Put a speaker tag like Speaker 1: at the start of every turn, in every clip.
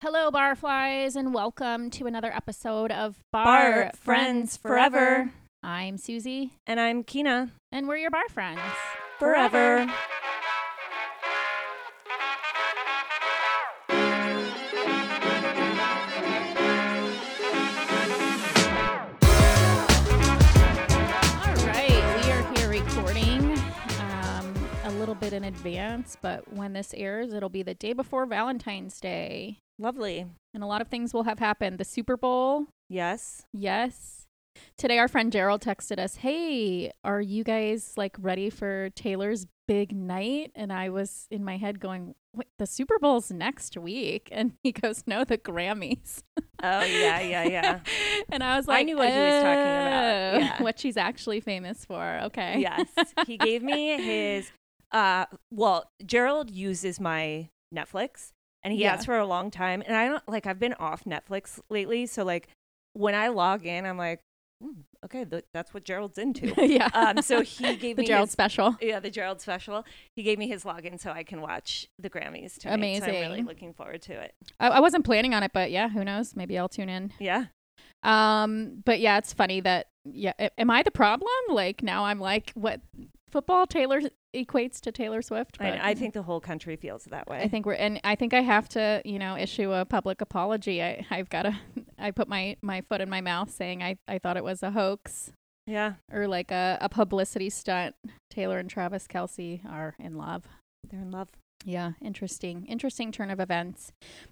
Speaker 1: Hello, barflies, and welcome to another episode of Bar,
Speaker 2: Bar Friends Forever.
Speaker 1: I'm Susie,
Speaker 2: And I'm Kina.
Speaker 1: and we're your bar friends.
Speaker 2: Forever.
Speaker 1: All right, we are here recording um, a little bit in advance, but when this airs, it'll be the day before Valentine's Day,
Speaker 2: Lovely.
Speaker 1: and a lot of things will have happened. The Super Bowl,
Speaker 2: Yes.
Speaker 1: Yes. Today, our friend Gerald texted us, Hey, are you guys like ready for Taylor's big night? And I was in my head going, Wait, the Super Bowl's next week. And he goes, No, the Grammys.
Speaker 2: Oh, yeah, yeah, yeah.
Speaker 1: and I was
Speaker 2: I
Speaker 1: like,
Speaker 2: knew what he was talking about.
Speaker 1: "Oh,
Speaker 2: Yeah.
Speaker 1: What she's actually famous for. Okay.
Speaker 2: yes. He gave me his, uh, well, Gerald uses my Netflix and he
Speaker 1: Yeah.
Speaker 2: has for a long time. And I don't, like, I've been off Netflix lately. So, like, when I log in, I'm like, "Hmm, okay, th- that's what Gerald's into.
Speaker 1: yeah.
Speaker 2: Um, so he gave
Speaker 1: the
Speaker 2: me
Speaker 1: Gerald
Speaker 2: his-
Speaker 1: special.
Speaker 2: yeah, the Gerald special. He gave me his login so I can watch the Grammys tonight. So I'm really
Speaker 1: Amazing.
Speaker 2: looking forward to it.
Speaker 1: I-, I wasn't planning on it, but yeah, who knows? Maybe I'll tune in.
Speaker 2: Yeah.
Speaker 1: Um, but yeah, it's funny that yeah, a- am I the problem? Like now I'm like what football Taylor equates to Taylor Swift.
Speaker 2: I,
Speaker 1: but
Speaker 2: I think the whole country feels that way.
Speaker 1: I think we're and I think I have to you know issue a public apology. I I've got to I put my my foot in my mouth saying I I thought it was a hoax
Speaker 2: yeah.
Speaker 1: or like a a publicity stunt. Taylor and Travis Kelsey are in love.
Speaker 2: They're in love.
Speaker 1: Yeah, interesting. Interesting turn of events.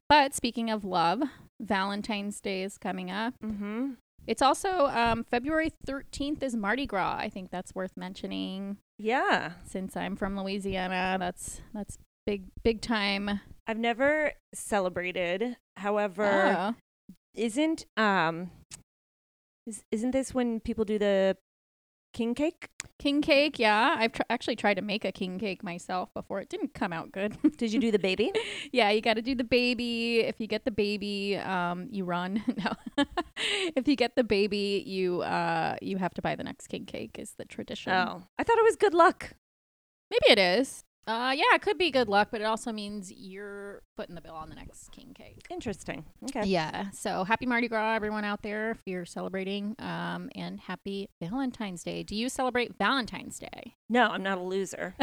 Speaker 1: But speaking of love, Valentine's Day is coming up.
Speaker 2: Mm-hmm.
Speaker 1: It's also um, February 13th is Mardi Gras. I think that's worth mentioning
Speaker 2: Yeah.
Speaker 1: since I'm from Louisiana. That's that's big big time.
Speaker 2: I've never celebrated.
Speaker 1: Oh,
Speaker 2: However, isn't um is, isn't this when people do the king cake?
Speaker 1: king cake, yeah. I've tr- actually tried to make a king cake myself before. It didn't come out good.
Speaker 2: Did you do the baby?
Speaker 1: yeah, you got to do the baby. If you get the baby, um, you run. no, if you get the baby, you uh, you have to buy the next king cake. Is the tradition?
Speaker 2: oh. I thought it was good luck.
Speaker 1: Maybe it is. Uh, yeah, it could be good luck, but it also means you're putting the bill on the next king cake.
Speaker 2: Interesting. Okay.
Speaker 1: Yeah. So happy Mardi Gras, everyone out there, if you're celebrating, um, and happy Valentine's Day. Do you celebrate Valentine's Day?
Speaker 2: No, I'm not a loser.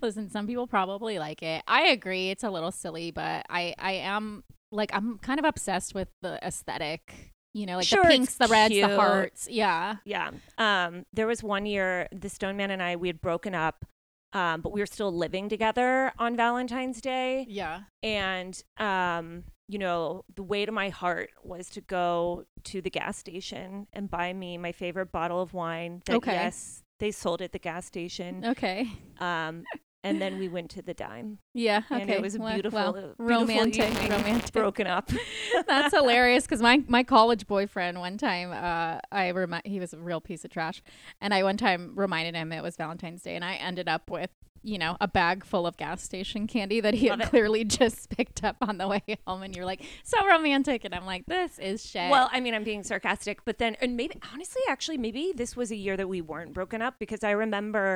Speaker 1: Listen, some people probably like it. I agree, it's a little silly, but I I am like I'm kind of obsessed with the aesthetic. You know, like
Speaker 2: Sure,
Speaker 1: the
Speaker 2: it's
Speaker 1: pinks, the reds,
Speaker 2: cute.
Speaker 1: the hearts. Yeah.
Speaker 2: Yeah. Um, there was one year the Stone Man and I we had broken up, um, but we were still living together on Valentine's Day.
Speaker 1: Yeah.
Speaker 2: and um you know the way to my heart was to go to the gas station and buy me my favorite bottle of wine that
Speaker 1: Okay.
Speaker 2: yes they sold at the gas station
Speaker 1: Okay.
Speaker 2: um and then we went to the dime
Speaker 1: Yeah. Okay.
Speaker 2: And it was a
Speaker 1: Well-
Speaker 2: beautiful- uh,
Speaker 1: well,
Speaker 2: beautiful
Speaker 1: romantic,
Speaker 2: evening.
Speaker 1: romantic.
Speaker 2: broken up
Speaker 1: That's hilarious because my my college boyfriend one time uh, I remi- he was a real piece of trash, and I one time reminded him it was Valentine's Day, and I ended up with you know a bag full of gas station candy that he
Speaker 2: Love
Speaker 1: had
Speaker 2: it.
Speaker 1: clearly just picked up on the way home, and you're like so romantic, and I'm like this is shit.
Speaker 2: well i mean i'm being sarcastic but then and maybe honestly actually maybe this was a year that we weren't broken up because i remember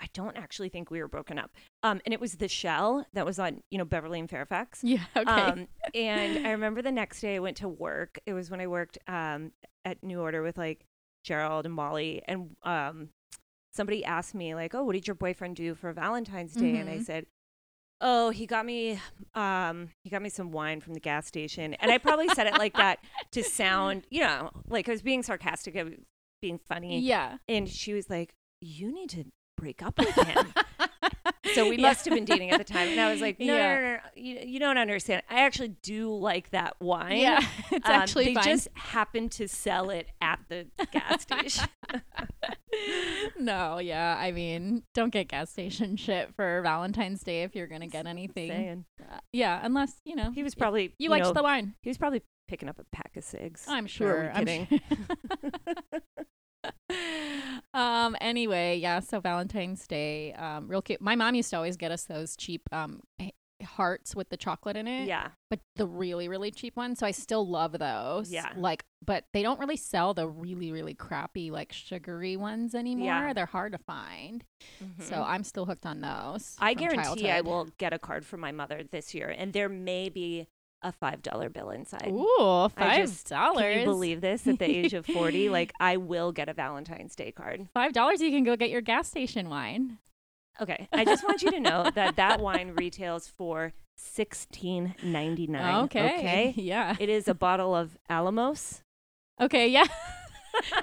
Speaker 2: i don't actually think we were broken up um and it was the shell that was on you know beverly and fairfax
Speaker 1: yeah, okay,
Speaker 2: Um, and I remember the next day I went to work. It was when I worked um, at New Order with like Gerald and Molly. And um, somebody asked me, like, oh, what did your boyfriend do for Valentine's Day? And I
Speaker 1: Mhm.
Speaker 2: said, Oh, he got me um he got me some wine from the gas station. And I probably said it like that to sound, you know, like I was being sarcastic, I was being funny.
Speaker 1: yeah.
Speaker 2: And she was like, You need to break up with him. So we
Speaker 1: Yeah.
Speaker 2: must have been dating at the time. And I was like, no,
Speaker 1: Yeah.
Speaker 2: no, no, no. You, you don't understand. I actually do like that wine.
Speaker 1: Yeah, it's
Speaker 2: Um,
Speaker 1: actually
Speaker 2: they
Speaker 1: fine.
Speaker 2: just happened to sell it at the gas station.
Speaker 1: no, yeah. I mean, don't get gas station shit for Valentine's Day if you're gonna get anything.
Speaker 2: Saying.
Speaker 1: Uh, yeah, unless you know
Speaker 2: He was probably
Speaker 1: you, liked
Speaker 2: know,
Speaker 1: the wine.
Speaker 2: he was probably picking up a pack of cigs.
Speaker 1: I'm
Speaker 2: Who
Speaker 1: sure.
Speaker 2: are we
Speaker 1: I'm
Speaker 2: kidding?
Speaker 1: sure. um. Anyway, yeah. So Valentine's Day, um, real cute. My mom used to always get us those cheap um h- hearts with the chocolate in it.
Speaker 2: Yeah.
Speaker 1: But the really, really cheap ones. So I still love those.
Speaker 2: Yeah.
Speaker 1: Like, but they don't really sell the really, really crappy, like sugary ones anymore. They're hard to find. So
Speaker 2: Mhm.
Speaker 1: I'm still hooked on those.
Speaker 2: I
Speaker 1: from
Speaker 2: guarantee I
Speaker 1: childhood.
Speaker 2: will get a card from my mother this year, and there may be a five dollar bill inside.
Speaker 1: Ooh,
Speaker 2: I
Speaker 1: five
Speaker 2: just-
Speaker 1: dollars.
Speaker 2: Can you believe this at the age of 40? Like, I will get a Valentine's Day card.
Speaker 1: five dollars? You can go get your gas station wine.
Speaker 2: Okay. I just want you to know that that wine retails for sixteen ninety nine.
Speaker 1: okay.
Speaker 2: Okay.
Speaker 1: Yeah.
Speaker 2: It is a bottle of Alamos.
Speaker 1: Okay. Yeah.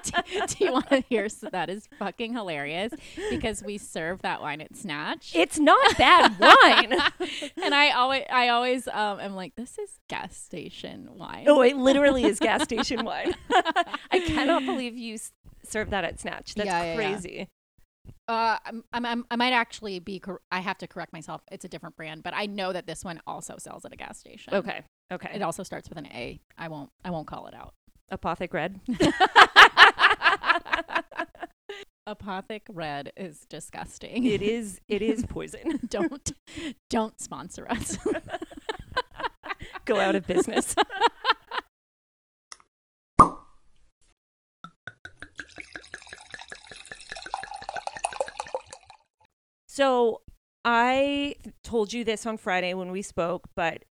Speaker 1: do, do you want to hear? So that is fucking hilarious because we serve that wine at Snatch.
Speaker 2: It's not bad wine.
Speaker 1: and I always, I always um, am like, this is gas station wine.
Speaker 2: oh, it literally is gas station wine. I cannot believe you s- serve that at Snatch. That's
Speaker 1: Yeah, yeah, yeah.
Speaker 2: crazy.
Speaker 1: Uh, I'm, I'm, I'm, I might actually be. Cor- I have to correct myself. It's a different brand, but I know that this one also sells at a gas station.
Speaker 2: Okay. Okay.
Speaker 1: It also starts with an A. I won't. I won't call it out.
Speaker 2: Apothic Red.
Speaker 1: Apothic Red is disgusting.
Speaker 2: it is it is poison.
Speaker 1: don't don't sponsor us.
Speaker 2: Go out of business. so I told you this on Friday when we spoke, but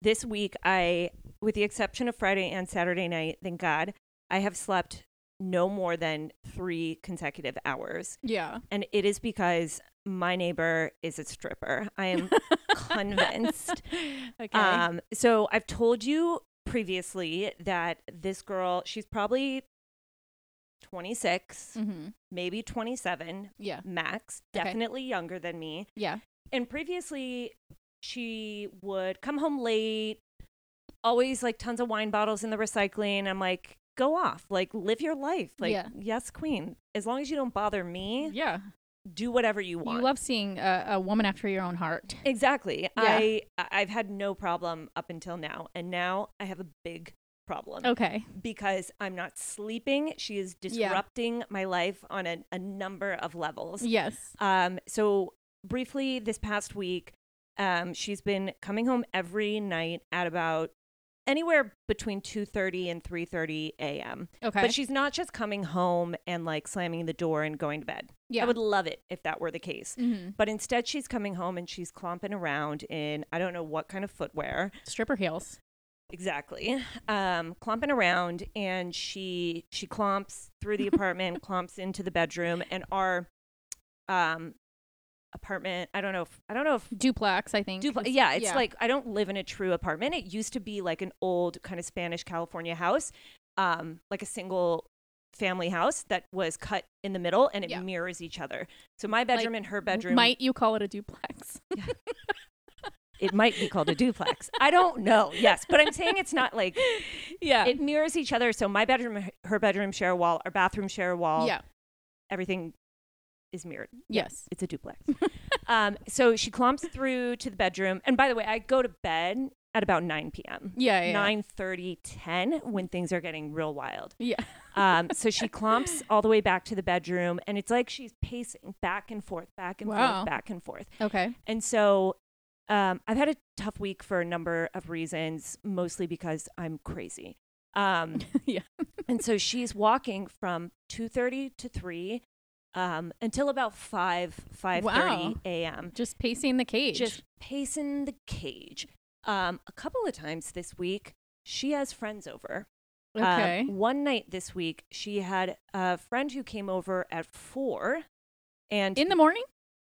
Speaker 2: this week I with the exception of Friday and Saturday night, thank God, I have slept no more than 3 consecutive hours.
Speaker 1: yeah.
Speaker 2: and it is because my neighbor is a stripper. I am convinced.
Speaker 1: Okay.
Speaker 2: Um, so I've told you previously that this girl, she's probably 26,
Speaker 1: hmm
Speaker 2: maybe 27
Speaker 1: Yeah.
Speaker 2: max,
Speaker 1: Okay.
Speaker 2: definitely younger than me.
Speaker 1: Yeah.
Speaker 2: And previously, she would come home late, always like tons of wine bottles in the recycling. I'm like, go off, like live your life. Like,
Speaker 1: Yeah.
Speaker 2: yes, queen. As long as you don't bother me,
Speaker 1: Yeah.
Speaker 2: do whatever you want.
Speaker 1: You love seeing a, a woman after your own heart.
Speaker 2: Exactly.
Speaker 1: Yeah.
Speaker 2: I I- I've had no problem up until now, and now I have a big problem
Speaker 1: Okay.
Speaker 2: because I'm not sleeping. She is
Speaker 1: Oh. Yeah.
Speaker 2: disrupting my life on a, a number of levels.
Speaker 1: Yes.
Speaker 2: Um, so briefly, this past week, um, she's been coming home every night at about anywhere between 2.30 and 3.30 a.m
Speaker 1: Okay.
Speaker 2: but she's not just coming home and like slamming the door and going to bed
Speaker 1: yeah.
Speaker 2: i would love it if that were the case
Speaker 1: hmm
Speaker 2: but instead, she's coming home and she's clomping around in I don't know what kind of footwear
Speaker 1: Stripper heels.
Speaker 2: exactly. Um, clomping around, and she she clomps through the apartment, clomps into the bedroom, and our um, apartment. I don't know. If, I don't know if.
Speaker 1: Duplex, I think.
Speaker 2: Dupl-
Speaker 1: is-
Speaker 2: yeah, it's like I don't live in a true apartment. It used to be like an old kind of Spanish California house, um, like a single family house that was cut in the middle and it
Speaker 1: Yeah.
Speaker 2: mirrors each other. So my bedroom and her bedroom
Speaker 1: Might you call it a duplex?
Speaker 2: it might be called a duplex. I don't know. Yes, but I'm saying it's not like
Speaker 1: yeah.
Speaker 2: it mirrors each other. So my bedroom, her bedroom share a wall, our bathroom share a wall.
Speaker 1: yeah.
Speaker 2: everything is mirrored.
Speaker 1: Yes.
Speaker 2: It's a duplex. um, so she clomps through to the bedroom, and by the way, I go to bed at about 9 p.m.
Speaker 1: Yeah. Oh, Yeah. yeah.
Speaker 2: nine thirty, ten, 9:30, 10 when things are getting real wild.
Speaker 1: Yeah.
Speaker 2: Um, so she clomps all the way back to the bedroom, and it's like she's pacing back and forth, back and
Speaker 1: Wow.
Speaker 2: forth, back and forth.
Speaker 1: Okay.
Speaker 2: And so um, I've had a tough week for a number of reasons, mostly because I'm crazy. Um,
Speaker 1: Yeah.
Speaker 2: and so she's walking from 2.30 to 3 um, until about 5, 5.30
Speaker 1: Wow.
Speaker 2: a.m.
Speaker 1: Just pacing the cage.
Speaker 2: Just pacing the cage. Um, a couple of times this week, she has friends over. Um,
Speaker 1: okay.
Speaker 2: one night this week, she had a friend who came over at 4 and
Speaker 1: in the morning?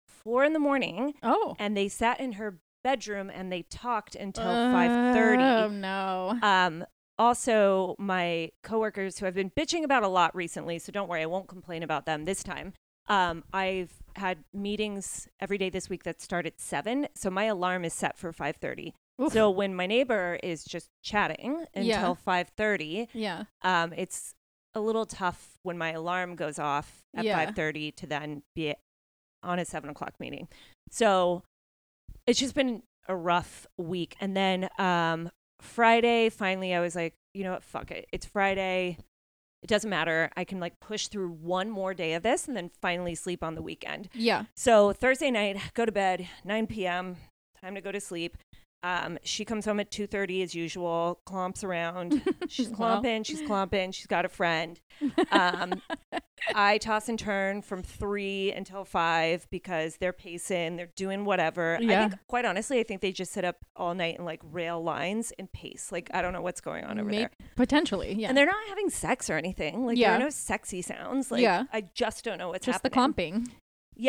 Speaker 2: 4 in the morning
Speaker 1: Oh.
Speaker 2: and they sat in her bedroom and they talked until
Speaker 1: Oh
Speaker 2: 5:30.
Speaker 1: no.
Speaker 2: Um also my coworkers who I've been bitching about a lot recently, so don't worry, I won't complain about them this time. Um I've had meetings every day this week that start at 7, so my alarm is set for 5:30.
Speaker 1: Oof.
Speaker 2: Uh, So when my neighbor is just chatting
Speaker 1: Yeah.
Speaker 2: until 5:30,
Speaker 1: Yeah.
Speaker 2: um it's a little tough when my alarm goes off at
Speaker 1: Yeah.
Speaker 2: 5.30 to then be on a 7 o'clock meeting so it's just been a rough week and then um friday finally i was like you know what fuck it it's friday it doesn't matter i can like push through one more day of this and then finally sleep on the weekend
Speaker 1: Yeah.
Speaker 2: so thursday night go to bed 9 p.m time to go to sleep. Um, she comes home at 2.30 as usual, clomps around. She's
Speaker 3: Wow.
Speaker 2: clomping, she's clomping, she's got a friend. Um, I toss and turn from 3 until 5 because they're pacing, they're doing whatever. I
Speaker 3: Yeah.
Speaker 2: think, quite honestly, I think they just sit up all night and like rail lines and pace. Like, I don't know what's going on over there.
Speaker 3: Make- Potentially, yeah.
Speaker 2: And they're not having sex or anything. Like, there
Speaker 3: Yeah.
Speaker 2: are no sexy sounds. Like,
Speaker 3: Yeah.
Speaker 2: I just don't know what's
Speaker 3: Just the
Speaker 2: happening.
Speaker 3: clomping.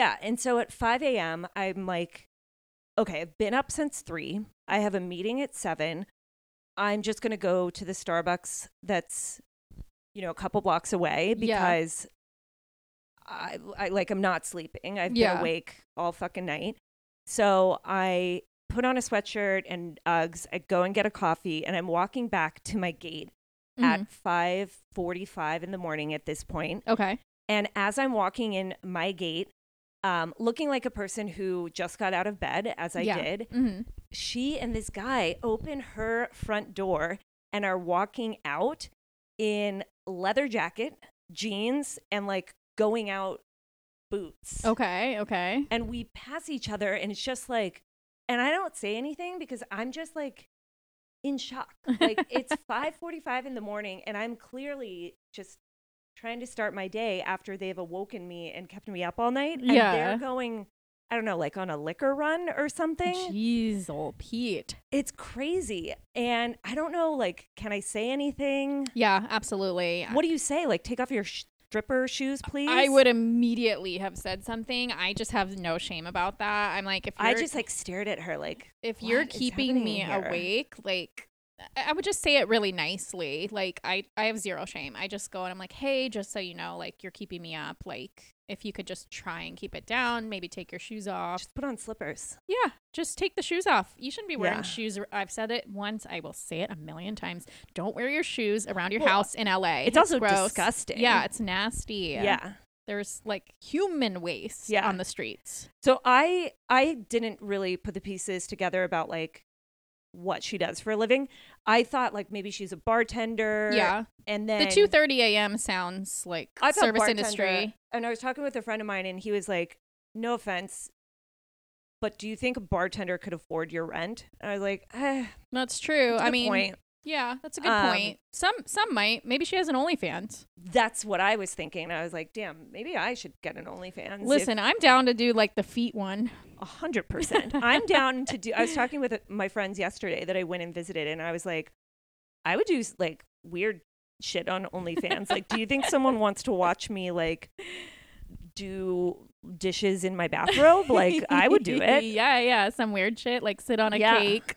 Speaker 2: Yeah. And so at 5 a.m., I'm like, okay, I've been up since three. I have a meeting at seven. I'm just going to go to the Starbucks that's, you know, a couple blocks away
Speaker 3: Yeah.
Speaker 2: because I, I like, I'm not sleeping. I've
Speaker 3: Yeah.
Speaker 2: been awake all fucking night. So I put on a sweatshirt and Uggs. I go and get a coffee and I'm walking back to my gate
Speaker 3: Mhm.
Speaker 2: at 5.45 in the morning at this point.
Speaker 1: Mm-hmm.
Speaker 3: Okay.
Speaker 2: And as I'm walking in my gate, um, looking like a person who just got out of bed, as I
Speaker 3: Yeah.
Speaker 2: did,
Speaker 1: Mm-hmm.
Speaker 3: Mhm.
Speaker 2: she and this guy open her front door and are walking out in leather jacket, jeans, and like going out boots.
Speaker 3: Okay. Okay.
Speaker 2: And we pass each other, and it's just like, and I don't say anything because I'm just like in shock. Like it's 5:45 in the morning, and I'm clearly just trying to start my day after they've awoken me and kept me up all night. And
Speaker 3: Yeah.
Speaker 2: they're going, I don't know, like on a liquor run or something.
Speaker 3: Jeez, old Pete.
Speaker 2: It's crazy, and I don't know. Like, can I say anything?
Speaker 3: Yeah, absolutely.
Speaker 2: What do you say? Like, take off your sh- stripper shoes, please.
Speaker 1: I would immediately have said something. I just have no shame about that. I'm like, if you're,
Speaker 2: I just like stared at her, like,
Speaker 1: if you're
Speaker 2: "What is
Speaker 1: keeping me
Speaker 2: happening here?"
Speaker 1: awake, like I I would just say it really nicely. Like I, I have zero shame. I just go and I'm like, hey, just so you know, like you're keeping me up. Like if you could just try and keep it down, maybe take your shoes off.
Speaker 2: just put on slippers.
Speaker 1: yeah, just take the shoes off. You shouldn't be wearing
Speaker 2: Yeah.
Speaker 1: shoes. I've said it once. I will say it a million times. Don't wear your shoes around your
Speaker 2: Well,
Speaker 1: house in LA.
Speaker 2: It's, also
Speaker 1: gross.
Speaker 2: disgusting.
Speaker 1: Yeah, it's nasty.
Speaker 2: yeah.
Speaker 1: There's like human waste
Speaker 2: Yeah.
Speaker 1: on the streets.
Speaker 2: So I I didn't really put the pieces together about like what she does for a living. I thought like maybe she's a bartender.
Speaker 1: Yeah.
Speaker 2: Er, And then
Speaker 1: the 2:30 a.m. sounds like
Speaker 2: I thought
Speaker 1: service
Speaker 2: bartender-
Speaker 1: industry.
Speaker 2: And I was talking with a friend of mine and he was like, No offense, but do you think a bartender could afford your rent? And I was like, eh,
Speaker 1: That's true.
Speaker 2: that's a
Speaker 1: I
Speaker 2: good
Speaker 1: mean,
Speaker 2: point.
Speaker 1: yeah, that's a good
Speaker 2: Um,
Speaker 1: point. Some some might. Maybe she has an OnlyFans.
Speaker 2: That's what I was thinking. I was like, damn, maybe I should get an OnlyFans.
Speaker 1: Listen, I'm down to do like the feet one.
Speaker 2: A hundred percent. I'm down to do. I was talking with my friends yesterday that I went and visited, and I was like, I would do like weird shit on OnlyFans. like, do you think someone wants to watch me like do dishes in my bathrobe? Oh, Like, I would do it.
Speaker 1: yeah, yeah, some weird shit like sit on a
Speaker 2: Yeah.
Speaker 1: cake.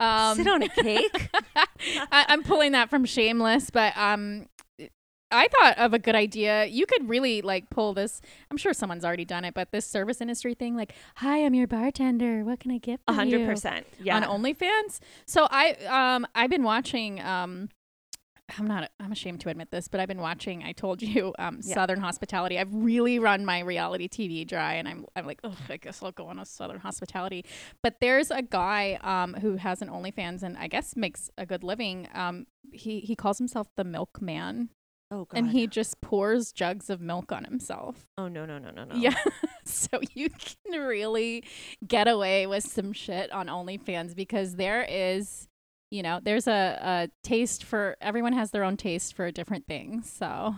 Speaker 1: Um
Speaker 2: Sit on a cake.
Speaker 1: I, I'm pulling that from Shameless, but um, I thought of a good idea. You could really like pull this. I'm sure someone's already done it, but this service industry thing, like, hi, I'm your bartender. What can I get
Speaker 2: A
Speaker 1: for
Speaker 2: hundred
Speaker 1: you?"
Speaker 2: percent. Yeah.
Speaker 1: on OnlyFans. So I um I've been watching um. I'm not. I'm ashamed to admit this, but I've been watching. I told you, um,
Speaker 2: Yeah.
Speaker 1: Southern Hospitality. I've really run my reality TV dry, and I'm. I'm like, oh, I guess I'll go on a Southern Hospitality. But there's a guy um, who has an OnlyFans, and I guess makes a good living. Um, he he calls himself the Milkman,
Speaker 2: oh god.
Speaker 1: and he just pours jugs of milk on himself.
Speaker 2: oh no no no no no.
Speaker 1: Yeah. so you can really get away with some shit on OnlyFans because there is, you know, there's a, a taste for everyone has their own taste for different things. So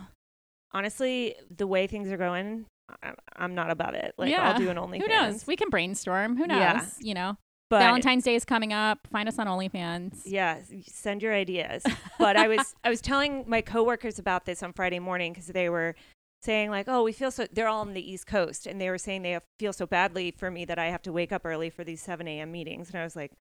Speaker 2: Honestly, the way things are going, I- I'm not about it. Like,
Speaker 1: Yeah.
Speaker 2: I'll do an OnlyFans.
Speaker 1: who knows? We can brainstorm. Who knows?
Speaker 2: Yeah.
Speaker 1: You know,
Speaker 2: But
Speaker 1: Valentine's Day is coming up. Find us on OnlyFans.
Speaker 2: Yeah, s- send your ideas. But I was I was telling my coworkers about this on Friday morning because they were saying like, "Oh, we feel so." They're all on the East Coast, and they were saying they feel so badly for me that I have to wake up early for these seven a.m. meetings. And I was like,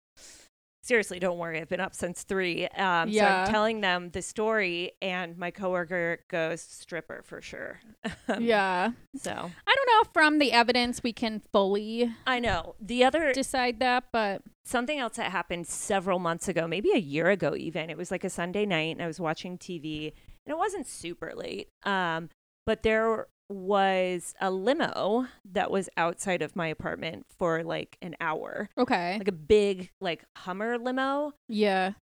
Speaker 2: "Seriously, don't worry. I've been up since three. Um,
Speaker 1: Yeah.
Speaker 2: So I'm telling them the story, and my coworker goes stripper for sure.
Speaker 1: yeah.
Speaker 2: So
Speaker 1: I don't know if from the evidence we can fully
Speaker 2: I know the other
Speaker 1: decide that, but
Speaker 2: something else that happened several months ago, maybe a year ago even. It was like a Sunday night and I was watching TV and it wasn't super late. Um, but there was a limo that was outside of my apartment for like an hour.
Speaker 1: okay.
Speaker 2: Like a big like Hummer limo.
Speaker 1: yeah.
Speaker 2: And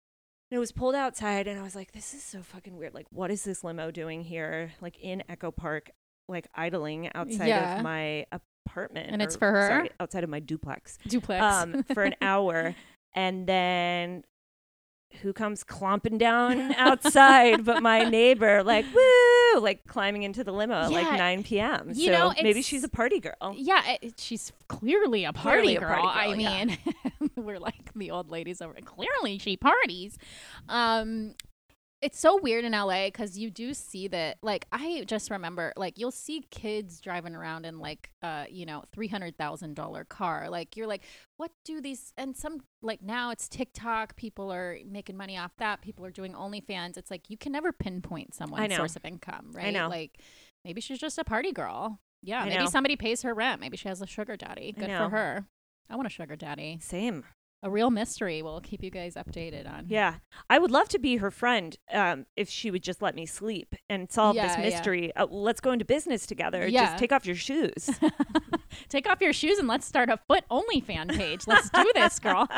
Speaker 2: it was pulled outside and I was like, this is so fucking weird. Like, what is this limo doing here? Like in Echo Park, like idling outside
Speaker 1: Yeah.
Speaker 2: of my uh, apartment,
Speaker 1: And it's
Speaker 2: or-
Speaker 1: for her?
Speaker 2: sorry, outside of my duplex,
Speaker 1: Duplex.
Speaker 2: um, for an hour, and then who comes clomping down outside but my neighbor, like woo, like climbing into the limo at like
Speaker 1: Yeah,
Speaker 2: 9 p.m.
Speaker 1: you
Speaker 2: so
Speaker 1: know,
Speaker 2: maybe
Speaker 1: it's-
Speaker 2: she's a party girl.
Speaker 1: yeah, it, it- she's clearly a party,
Speaker 2: Oh. Clearly a
Speaker 1: girl.
Speaker 2: party
Speaker 1: I
Speaker 2: girl, yeah.
Speaker 1: mean, we're like the old ladies over. Clearly, she parties. Um, it's so weird in LA because you do see that. Like, I just remember, like, you'll see kids driving around in like, uh, you know, three hundred thousand dollar car. Like, you're like, what do these? And some like now it's TikTok. People are making money off that. People are doing OnlyFans. It's like you can never pinpoint someone's
Speaker 2: know.
Speaker 1: source of income, right?
Speaker 2: know.
Speaker 1: Like, maybe she's just a party girl. Yeah,
Speaker 2: I
Speaker 1: maybe
Speaker 2: know.
Speaker 1: somebody pays her rent. Maybe she has a sugar daddy.
Speaker 2: I
Speaker 1: Good
Speaker 2: know.
Speaker 1: for her. I want a sugar daddy.
Speaker 2: Same.
Speaker 1: A real mystery. We'll keep you guys updated on.
Speaker 2: Yeah. I would love to be her friend um, if she would just let me sleep and solve
Speaker 1: Yeah,
Speaker 2: this
Speaker 1: yeah.
Speaker 2: mystery. Uh, let's go into business together.
Speaker 1: Yeah.
Speaker 2: Just take off your shoes.
Speaker 1: Take off your shoes and let's start a foot only fan page. Let's do this, girl.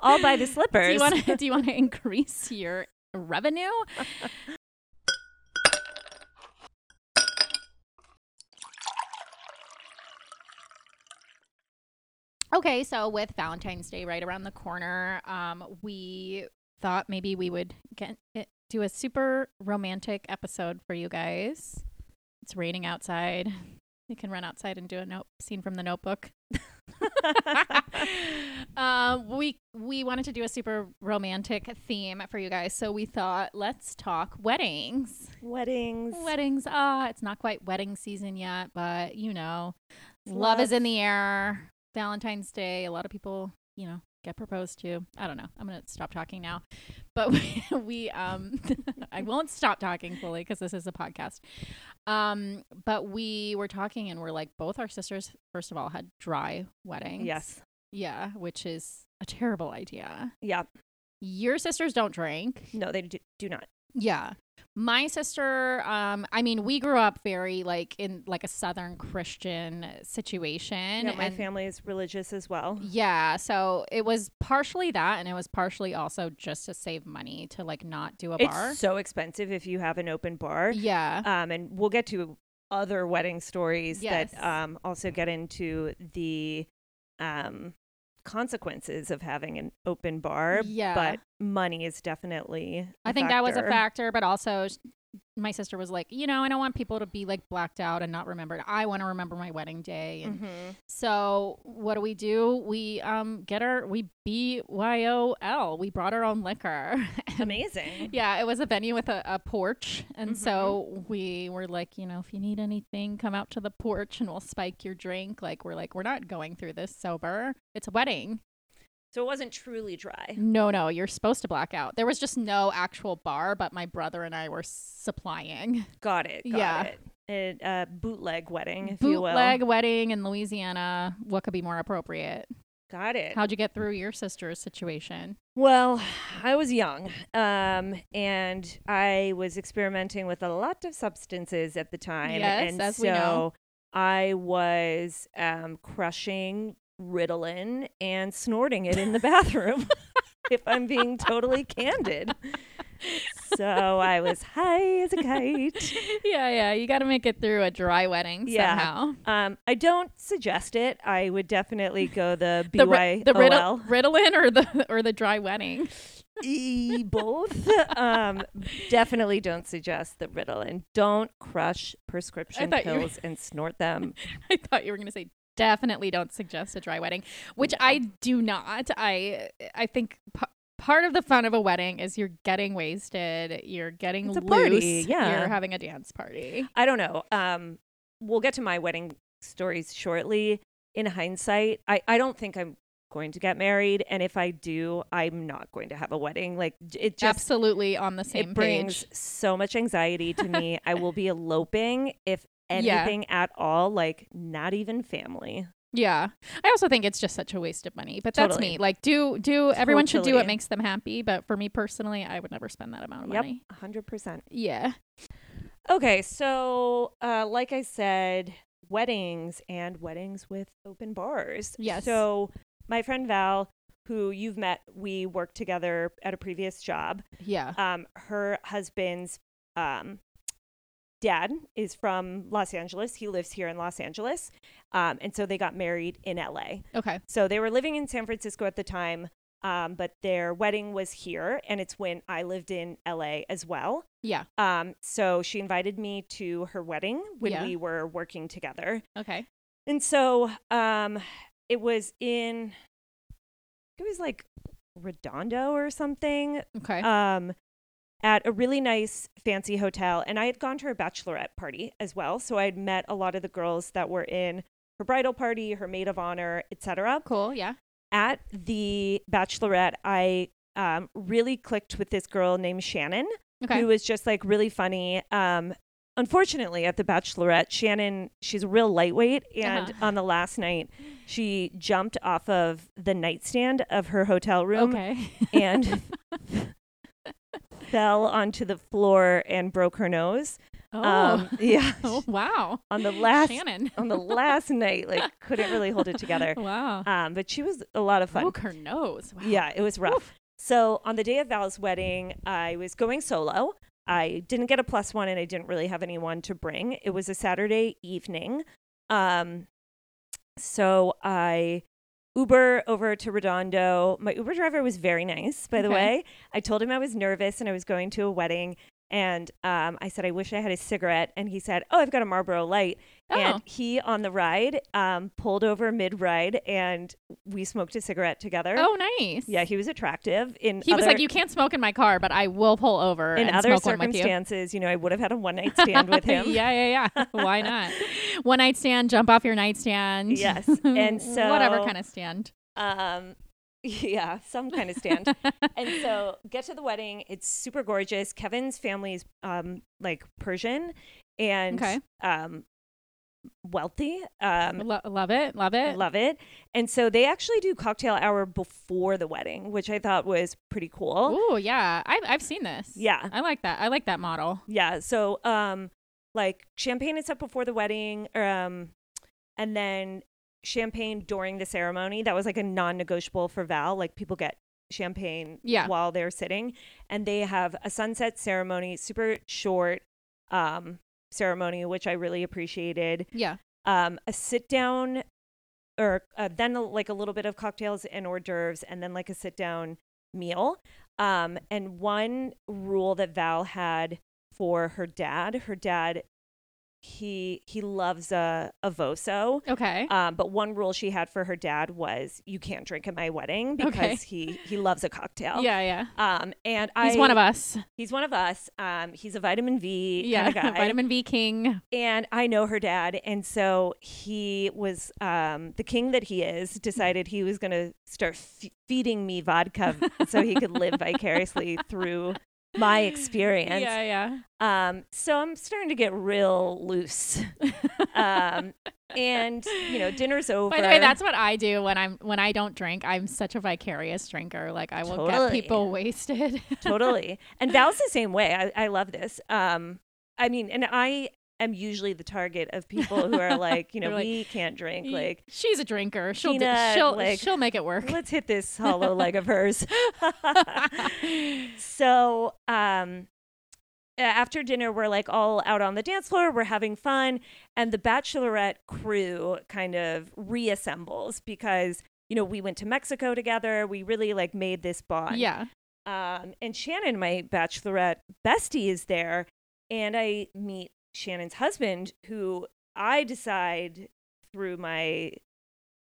Speaker 2: I'll buy the
Speaker 1: do
Speaker 2: slippers.
Speaker 1: you want to? Do you want to increase your revenue? Okay, so with Valentine's Day right around the corner, um, we thought maybe we would get it, do a super romantic episode for you guys. It's raining outside. You can run outside and do a note scene from the Notebook. um, we we wanted to do a super romantic theme for you guys, so we thought let's talk weddings.
Speaker 2: Weddings.
Speaker 1: Weddings, ah, it's not quite wedding season yet, but you know,
Speaker 2: It's
Speaker 1: love, is
Speaker 2: love.
Speaker 1: in the air. Valentine's Day, a lot of people, you know, get proposed to. I don't know. I'm gonna stop talking now, but we, we um, I won't stop talking fully because this is a podcast. Um, but we were talking and we're like, both our sisters, first of all, had dry weddings.
Speaker 2: Yes.
Speaker 1: yeah, which is a terrible idea.
Speaker 2: Yeah.
Speaker 1: Your sisters don't drink.
Speaker 2: No, they do, do not.
Speaker 1: Yeah. My sister, um, I mean, we grew up very like in like a Southern Christian situation.
Speaker 2: no, my
Speaker 1: and-
Speaker 2: family is religious as well.
Speaker 1: Yeah. So it was partially that and it was partially also just to save money to like not do a bar.
Speaker 2: It's so expensive if you have an open bar.
Speaker 1: yeah.
Speaker 2: Um, and we'll get to other wedding stories
Speaker 1: Yes.
Speaker 2: that um, also get into the um, consequences of having an open bar.
Speaker 1: Yeah.
Speaker 2: But money is definitely. I
Speaker 1: I think that was a factor, but also sh- my sister was like, you know, I don't want people to be like blacked out and not remembered. I want to remember my wedding day and
Speaker 2: Mm-hmm.
Speaker 1: So what do we do? We um get our we B Y O L. We brought our own liquor. And-
Speaker 2: Amazing.
Speaker 1: Yeah, it was a venue with a, a porch.
Speaker 2: Mm-hmm.
Speaker 1: And so we were like, you know, if you need anything, come out to the porch and we'll spike your drink. Like we're like, we're not going through this sober. It's a wedding.
Speaker 2: So it wasn't truly dry.
Speaker 1: No, no, you're supposed to black out. There was just no actual bar, but my brother and I were supplying.
Speaker 2: Got it. Got
Speaker 1: Yeah.
Speaker 2: it. A uh, bootleg wedding, if you will.
Speaker 1: Bootleg wedding in Louisiana. What could be more appropriate?
Speaker 2: Got it.
Speaker 1: How'd you get through your sister's situation?
Speaker 2: Well, I was young, um, and I was experimenting with a lot of substances at the time.
Speaker 1: Yes,
Speaker 2: and
Speaker 1: as
Speaker 2: so
Speaker 1: we know.
Speaker 2: I was um, crushing Ritalin and snorting it in the bathroom. if I'm being totally candid. So I was high as a kite.
Speaker 1: yeah, yeah. You got to make it through a dry wedding
Speaker 2: Yeah.
Speaker 1: somehow.
Speaker 2: Um, I don't suggest it. I would definitely go the
Speaker 1: The, ri-
Speaker 2: BYOL.
Speaker 1: the Rital- Ritalin or the or the dry wedding.
Speaker 2: E, both. um, definitely don't suggest the Ritalin. Don't crush prescription
Speaker 1: thought you were-
Speaker 2: pills and snort them.
Speaker 1: I thought you were going to say definitely don't suggest a dry wedding, which I do not. I I think p- part of the fun of a wedding is you're getting wasted, you're getting
Speaker 2: It's a
Speaker 1: loose,
Speaker 2: party, yeah.
Speaker 1: you're having a dance party.
Speaker 2: I don't know. Um, we'll get to my wedding stories shortly. In hindsight, I, I don't think I'm going to get married, and if I do, I'm not going to have a wedding. Like j- it just
Speaker 1: Absolutely on the same
Speaker 2: it brings
Speaker 1: page.
Speaker 2: so much anxiety to me. I will be eloping if
Speaker 1: Yeah.
Speaker 2: anything at all. Like not even family.
Speaker 1: Yeah. I also think it's just such a waste of money, but that's
Speaker 2: Totally.
Speaker 1: me. Like do do everyone should do what
Speaker 2: Totally.
Speaker 1: makes them happy, but for me personally, I would never spend that amount of
Speaker 2: Yep,
Speaker 1: money.
Speaker 2: hundred percent.
Speaker 1: Yeah.
Speaker 2: Okay, so uh, like I said, weddings and weddings with open bars.
Speaker 1: Yes.
Speaker 2: So my friend Val, who you've met, we worked together at a previous job.
Speaker 1: Yeah.
Speaker 2: Um, her husband's um, dad is from Los Angeles. He lives here in Los Angeles. Um, and so they got married in LA.
Speaker 1: Okay.
Speaker 2: So they were living in San Francisco at the time, um, but their wedding was here. And it's when I lived in LA as well.
Speaker 1: Yeah.
Speaker 2: Um, so she invited me to her wedding when
Speaker 1: Yeah.
Speaker 2: we were working together.
Speaker 1: Okay.
Speaker 2: And so um, it was in, it was like Redondo or something
Speaker 1: Okay.
Speaker 2: um, at a really nice fancy hotel. And I had gone to her bachelorette party as well. So I'd met a lot of the girls that were in her bridal party, her maid of honor, etc.
Speaker 1: cool. Yeah.
Speaker 2: At the bachelorette, I um, really clicked with this girl named Shannon,
Speaker 1: Okay.
Speaker 2: who was just like really funny. Um, unfortunately, at the bachelorette, Shannon, she's a real lightweight. And
Speaker 1: Uh-huh.
Speaker 2: on the last night, she jumped off of the nightstand of her hotel room
Speaker 1: Okay.
Speaker 2: and fell onto the floor and broke her nose.
Speaker 1: Oh.
Speaker 2: yeah.
Speaker 1: oh wow.
Speaker 2: On Um, the last
Speaker 1: Shannon.
Speaker 2: on the last night, like couldn't really hold it together.
Speaker 1: Wow.
Speaker 2: Um, but she was a lot of fun.
Speaker 1: Broke her nose. Wow.
Speaker 2: Yeah, it was rough. So on the day of Val's wedding, I was going solo. I didn't get a plus one and I didn't really have anyone to bring. It was a Saturday evening. Um, so I Uber over to Redondo. My Uber driver was very nice, by the
Speaker 1: Okay.
Speaker 2: way. I told him I was nervous and I was going to a wedding. And um, I said, I wish I had a cigarette. And he said, Oh, I've got a Marlboro Light.
Speaker 1: Oh.
Speaker 2: And he, on the ride, um, pulled over mid ride and we smoked a cigarette together.
Speaker 1: Oh, nice.
Speaker 2: Yeah, he was attractive. In
Speaker 1: He was
Speaker 2: other-
Speaker 1: like, "You can't smoke in my car, but I will pull over
Speaker 2: in
Speaker 1: and
Speaker 2: other
Speaker 1: smoke one with you."
Speaker 2: circumstances, you. know, I would have had a one night stand with him.
Speaker 1: yeah, yeah, yeah. Why not? One night stand, jump off your nightstand.
Speaker 2: Yes. And
Speaker 1: whatever
Speaker 2: so-
Speaker 1: kind of stand.
Speaker 2: Um, yeah, some kind of stand. and so get to the wedding. It's super gorgeous. Kevin's family is um, like Persian and
Speaker 1: Okay.
Speaker 2: um, wealthy. Um,
Speaker 1: Lo- love it, love
Speaker 2: I
Speaker 1: it.
Speaker 2: love it. And so they actually do cocktail hour before the wedding, which I thought was pretty cool.
Speaker 1: Ooh, yeah. I've I've seen this.
Speaker 2: Yeah.
Speaker 1: I like that. I like that model.
Speaker 2: Yeah. So, um, like champagne and stuff before the wedding, um, and then champagne during the ceremony. That was like a non-negotiable for Val. Like people get champagne
Speaker 1: Yeah.
Speaker 2: while they're sitting, and they have a sunset ceremony, super short, um, ceremony, which I really appreciated.
Speaker 1: Yeah.
Speaker 2: Um, a sit down. Or uh, then a- like a little bit of cocktails and hors d'oeuvres, and then like a sit down meal. Um, and one rule that Val had for her dad, her dad, he he loves a a voso.
Speaker 1: Okay.
Speaker 2: Um, but one rule she had for her dad was you can't drink at my wedding because
Speaker 1: Okay.
Speaker 2: he he loves a cocktail.
Speaker 1: yeah, yeah.
Speaker 2: Um, and
Speaker 1: He's
Speaker 2: I,
Speaker 1: one of us.
Speaker 2: He's one of us. Um, he's a vitamin V
Speaker 1: Yeah.
Speaker 2: kind of guy
Speaker 1: Vitamin B king.
Speaker 2: and I know her dad, and so he was um, the king that he is. Decided he was going to start f- feeding me vodka so he could live vicariously through my experience.
Speaker 1: yeah, yeah.
Speaker 2: Um, so I'm starting to get real loose. Um, and you know, dinner's over.
Speaker 1: By the way, that's what I do when I'm when I don't drink. I'm such a vicarious drinker. Like I will get
Speaker 2: Totally.
Speaker 1: people wasted.
Speaker 2: totally. And Val's the same way. I, I love this. Um, I mean, and I am usually the target of people who are like, you know,
Speaker 1: They're like,
Speaker 2: we can't drink. Like,
Speaker 1: she's a drinker. She'll do,
Speaker 2: Peanut,
Speaker 1: she'll
Speaker 2: like-
Speaker 1: she'll make it work.
Speaker 2: Let's hit this hollow leg of hers. so, um, a- after dinner, we're like all out on the dance floor. We're having fun, and the bachelorette crew kind of reassembles because you know we went to Mexico together. We really like made this bond.
Speaker 1: Yeah.
Speaker 2: Um, and Shannon, my bachelorette bestie, is there, and I meet Shannon's husband, who I decide through my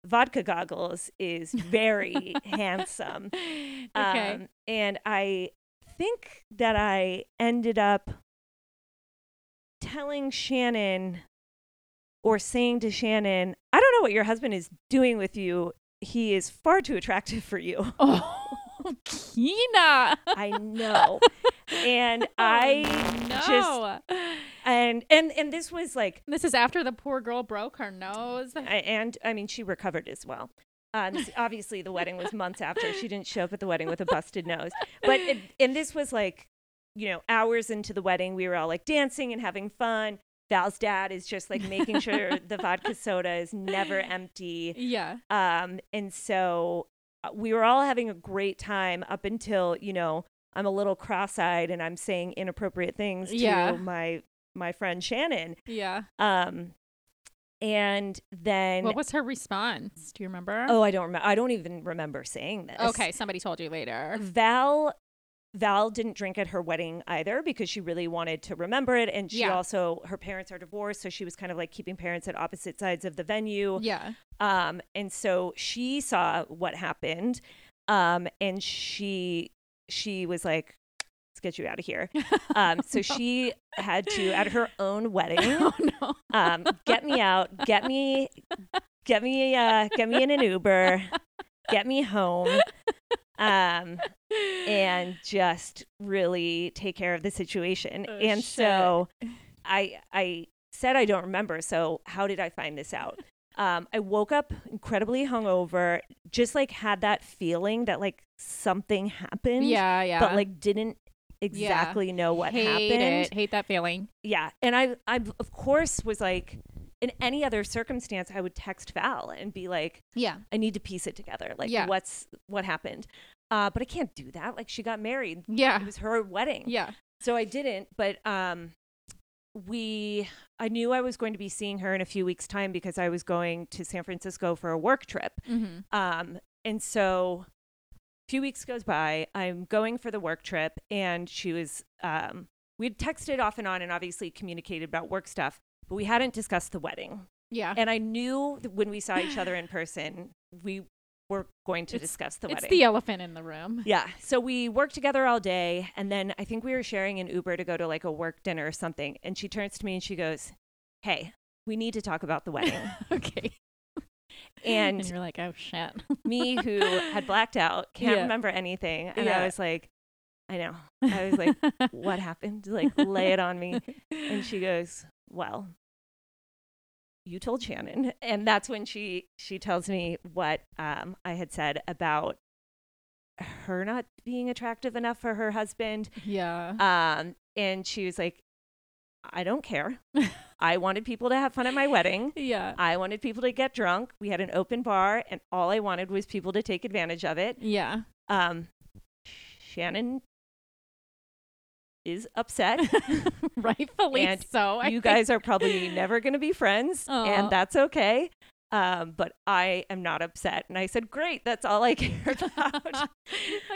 Speaker 2: vodka goggles is very handsome.
Speaker 1: Okay.
Speaker 2: Um, and I think that I ended up telling Shannon or saying to Shannon, I don't know what your husband is doing with you. He is far too attractive for you.
Speaker 1: Oh, Kina.
Speaker 2: I know. and I
Speaker 1: no.
Speaker 2: and and and this was like
Speaker 1: This is after the poor girl broke her nose.
Speaker 2: I- and I mean she recovered as well. Um, s- obviously the wedding was months after she didn't show up at the wedding with a busted nose. But it, and this was like you know hours into the wedding we were all like dancing and having fun. Val's dad is just like making sure the vodka soda is never empty.
Speaker 1: Yeah.
Speaker 2: Um, and so uh, we were all having a great time up until, you know, I'm a little cross eyed and I'm saying inappropriate things to
Speaker 1: Yeah.
Speaker 2: my my friend Shannon.
Speaker 1: Yeah.
Speaker 2: Um, and then
Speaker 1: What was her response? Do you remember?
Speaker 2: oh, I don't remember. I don't even remember saying this.
Speaker 1: okay. Somebody told you later.
Speaker 2: Val Val didn't drink at her wedding either because she really wanted to remember it and she
Speaker 1: Yeah.
Speaker 2: also her parents are divorced so she was kind of like keeping parents at opposite sides of the venue.
Speaker 1: Yeah.
Speaker 2: Um and so she saw what happened um and she she was like let's get you out of here. Um so she had to at her own wedding
Speaker 1: Oh no.
Speaker 2: um get me out, get me get me uh get me in an Uber, get me home. Um and just really take care of the situation.
Speaker 1: Oh,
Speaker 2: and
Speaker 1: shit.
Speaker 2: so I I said I don't remember. So how did I find this out? Um, I woke up incredibly hungover, just like had that feeling that like something happened,
Speaker 1: yeah. Yeah.
Speaker 2: but like didn't exactly know what
Speaker 1: hate
Speaker 2: happened.
Speaker 1: it. Hate that feeling.
Speaker 2: Yeah, and I I of course was like. In any other circumstance, I would text Val and be like,
Speaker 1: Yeah.
Speaker 2: I need to piece it together. Like,
Speaker 1: Yeah.
Speaker 2: what's what happened? Uh, but I can't do that. Like, she got married. It
Speaker 1: Yeah.
Speaker 2: was her wedding.
Speaker 1: Yeah.
Speaker 2: So I didn't. But um, we, I knew I was going to be seeing her in a few weeks' time because I was going to San Francisco for a work trip.
Speaker 1: Mm-hmm.
Speaker 2: Um, and so a few weeks goes by. I'm going for the work trip, and she was. Um, we'd texted off and on, and obviously communicated about work stuff, but we hadn't discussed the wedding.
Speaker 1: Yeah.
Speaker 2: And I knew that when we saw each other in person, we were going to discuss the
Speaker 1: It's
Speaker 2: wedding.
Speaker 1: the elephant in the room.
Speaker 2: yeah. So we worked together all day. And then I think we were sharing an Uber to go to like a work dinner or something. And she turns to me and she goes, Hey, we need to talk about the wedding.
Speaker 1: okay.
Speaker 2: And-
Speaker 1: and you're like, oh shit.
Speaker 2: me, who had blacked out, can't
Speaker 1: Yeah.
Speaker 2: remember anything. And
Speaker 1: Yeah.
Speaker 2: I was like, I know. I was like, What happened? Like, lay it on me. And she goes, Well, you told Shannon. And that's when she she tells me what um, I had said about her not being attractive enough for her husband.
Speaker 1: yeah.
Speaker 2: Um, and she was like, I don't care. I wanted people to have fun at my wedding.
Speaker 1: Yeah.
Speaker 2: I wanted people to get drunk. We had an open bar, and all I wanted was people to take advantage of it.
Speaker 1: Yeah.
Speaker 2: Um, Shannon is upset.
Speaker 1: Rightfully
Speaker 2: And
Speaker 1: so. I
Speaker 2: you
Speaker 1: think.
Speaker 2: guys are probably never going to be friends,
Speaker 1: Aw.
Speaker 2: and that's okay. Um, but I am not upset. And I said, Great, that's all I care about.
Speaker 1: like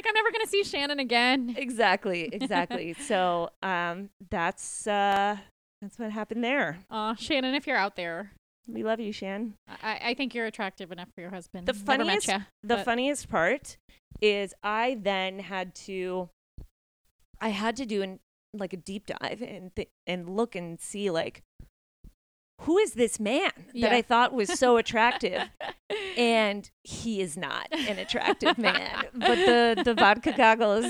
Speaker 1: I'm never gonna see Shannon again.
Speaker 2: exactly, exactly. so um, that's uh, that's what happened there.
Speaker 1: Aw, Shannon, if you're out there,
Speaker 2: We love you, Shan.
Speaker 1: I, I think you're attractive enough for your husband.
Speaker 2: The
Speaker 1: Never met
Speaker 2: funniest-
Speaker 1: ya,
Speaker 2: The
Speaker 1: but-
Speaker 2: funniest part is I then had to, I had to do an like a deep dive and th- and look and see like who is this man
Speaker 1: Yeah.
Speaker 2: that I thought was so attractive and he is not an attractive man. But the the vodka goggles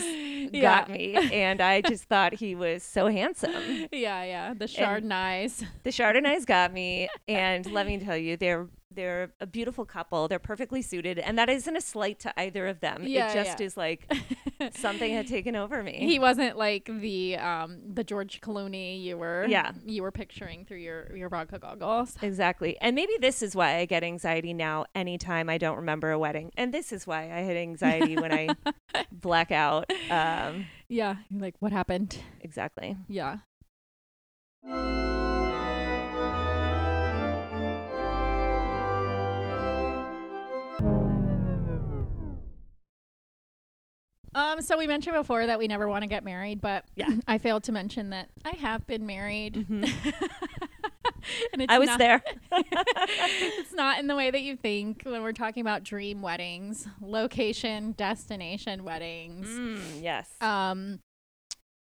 Speaker 2: got
Speaker 1: Yeah.
Speaker 2: me, and I just thought he was so handsome.
Speaker 1: Yeah, yeah. The Chardonnays.
Speaker 2: The Chardonnays got me, and let me tell you, they're they're a beautiful couple. They're perfectly suited, and that isn't a slight to either of them.
Speaker 1: Yeah,
Speaker 2: it just
Speaker 1: yeah.
Speaker 2: is like something had taken over me.
Speaker 1: He wasn't like the um the George Clooney you were
Speaker 2: Yeah.
Speaker 1: you were picturing through your your vodka goggles.
Speaker 2: Exactly. And maybe this is why I get anxiety now anytime I don't remember a wedding. And this is why I had anxiety when I black out. Um,
Speaker 1: Yeah, you're like what happened?
Speaker 2: exactly.
Speaker 1: Yeah. Um, so we mentioned before that we never want to get married, but
Speaker 2: Yeah. Mm-hmm.
Speaker 1: I failed to mention that I have been married. and it's
Speaker 2: I was
Speaker 1: not,
Speaker 2: there.
Speaker 1: it's not in the way that you think when we're talking about dream weddings, location, destination weddings.
Speaker 2: Mm, yes.
Speaker 1: Um,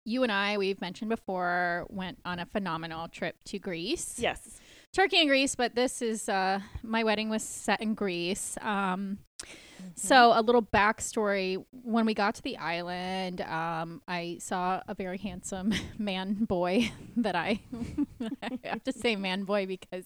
Speaker 1: you and I, we've mentioned before, went on a phenomenal trip to Greece,
Speaker 2: yes.
Speaker 1: Turkey and Greece. But this is uh, my wedding was set in Greece. Um,
Speaker 2: Mm-hmm.
Speaker 1: so a little backstory: when we got to the island, um, I saw a very handsome man boy that I, I have to say man boy because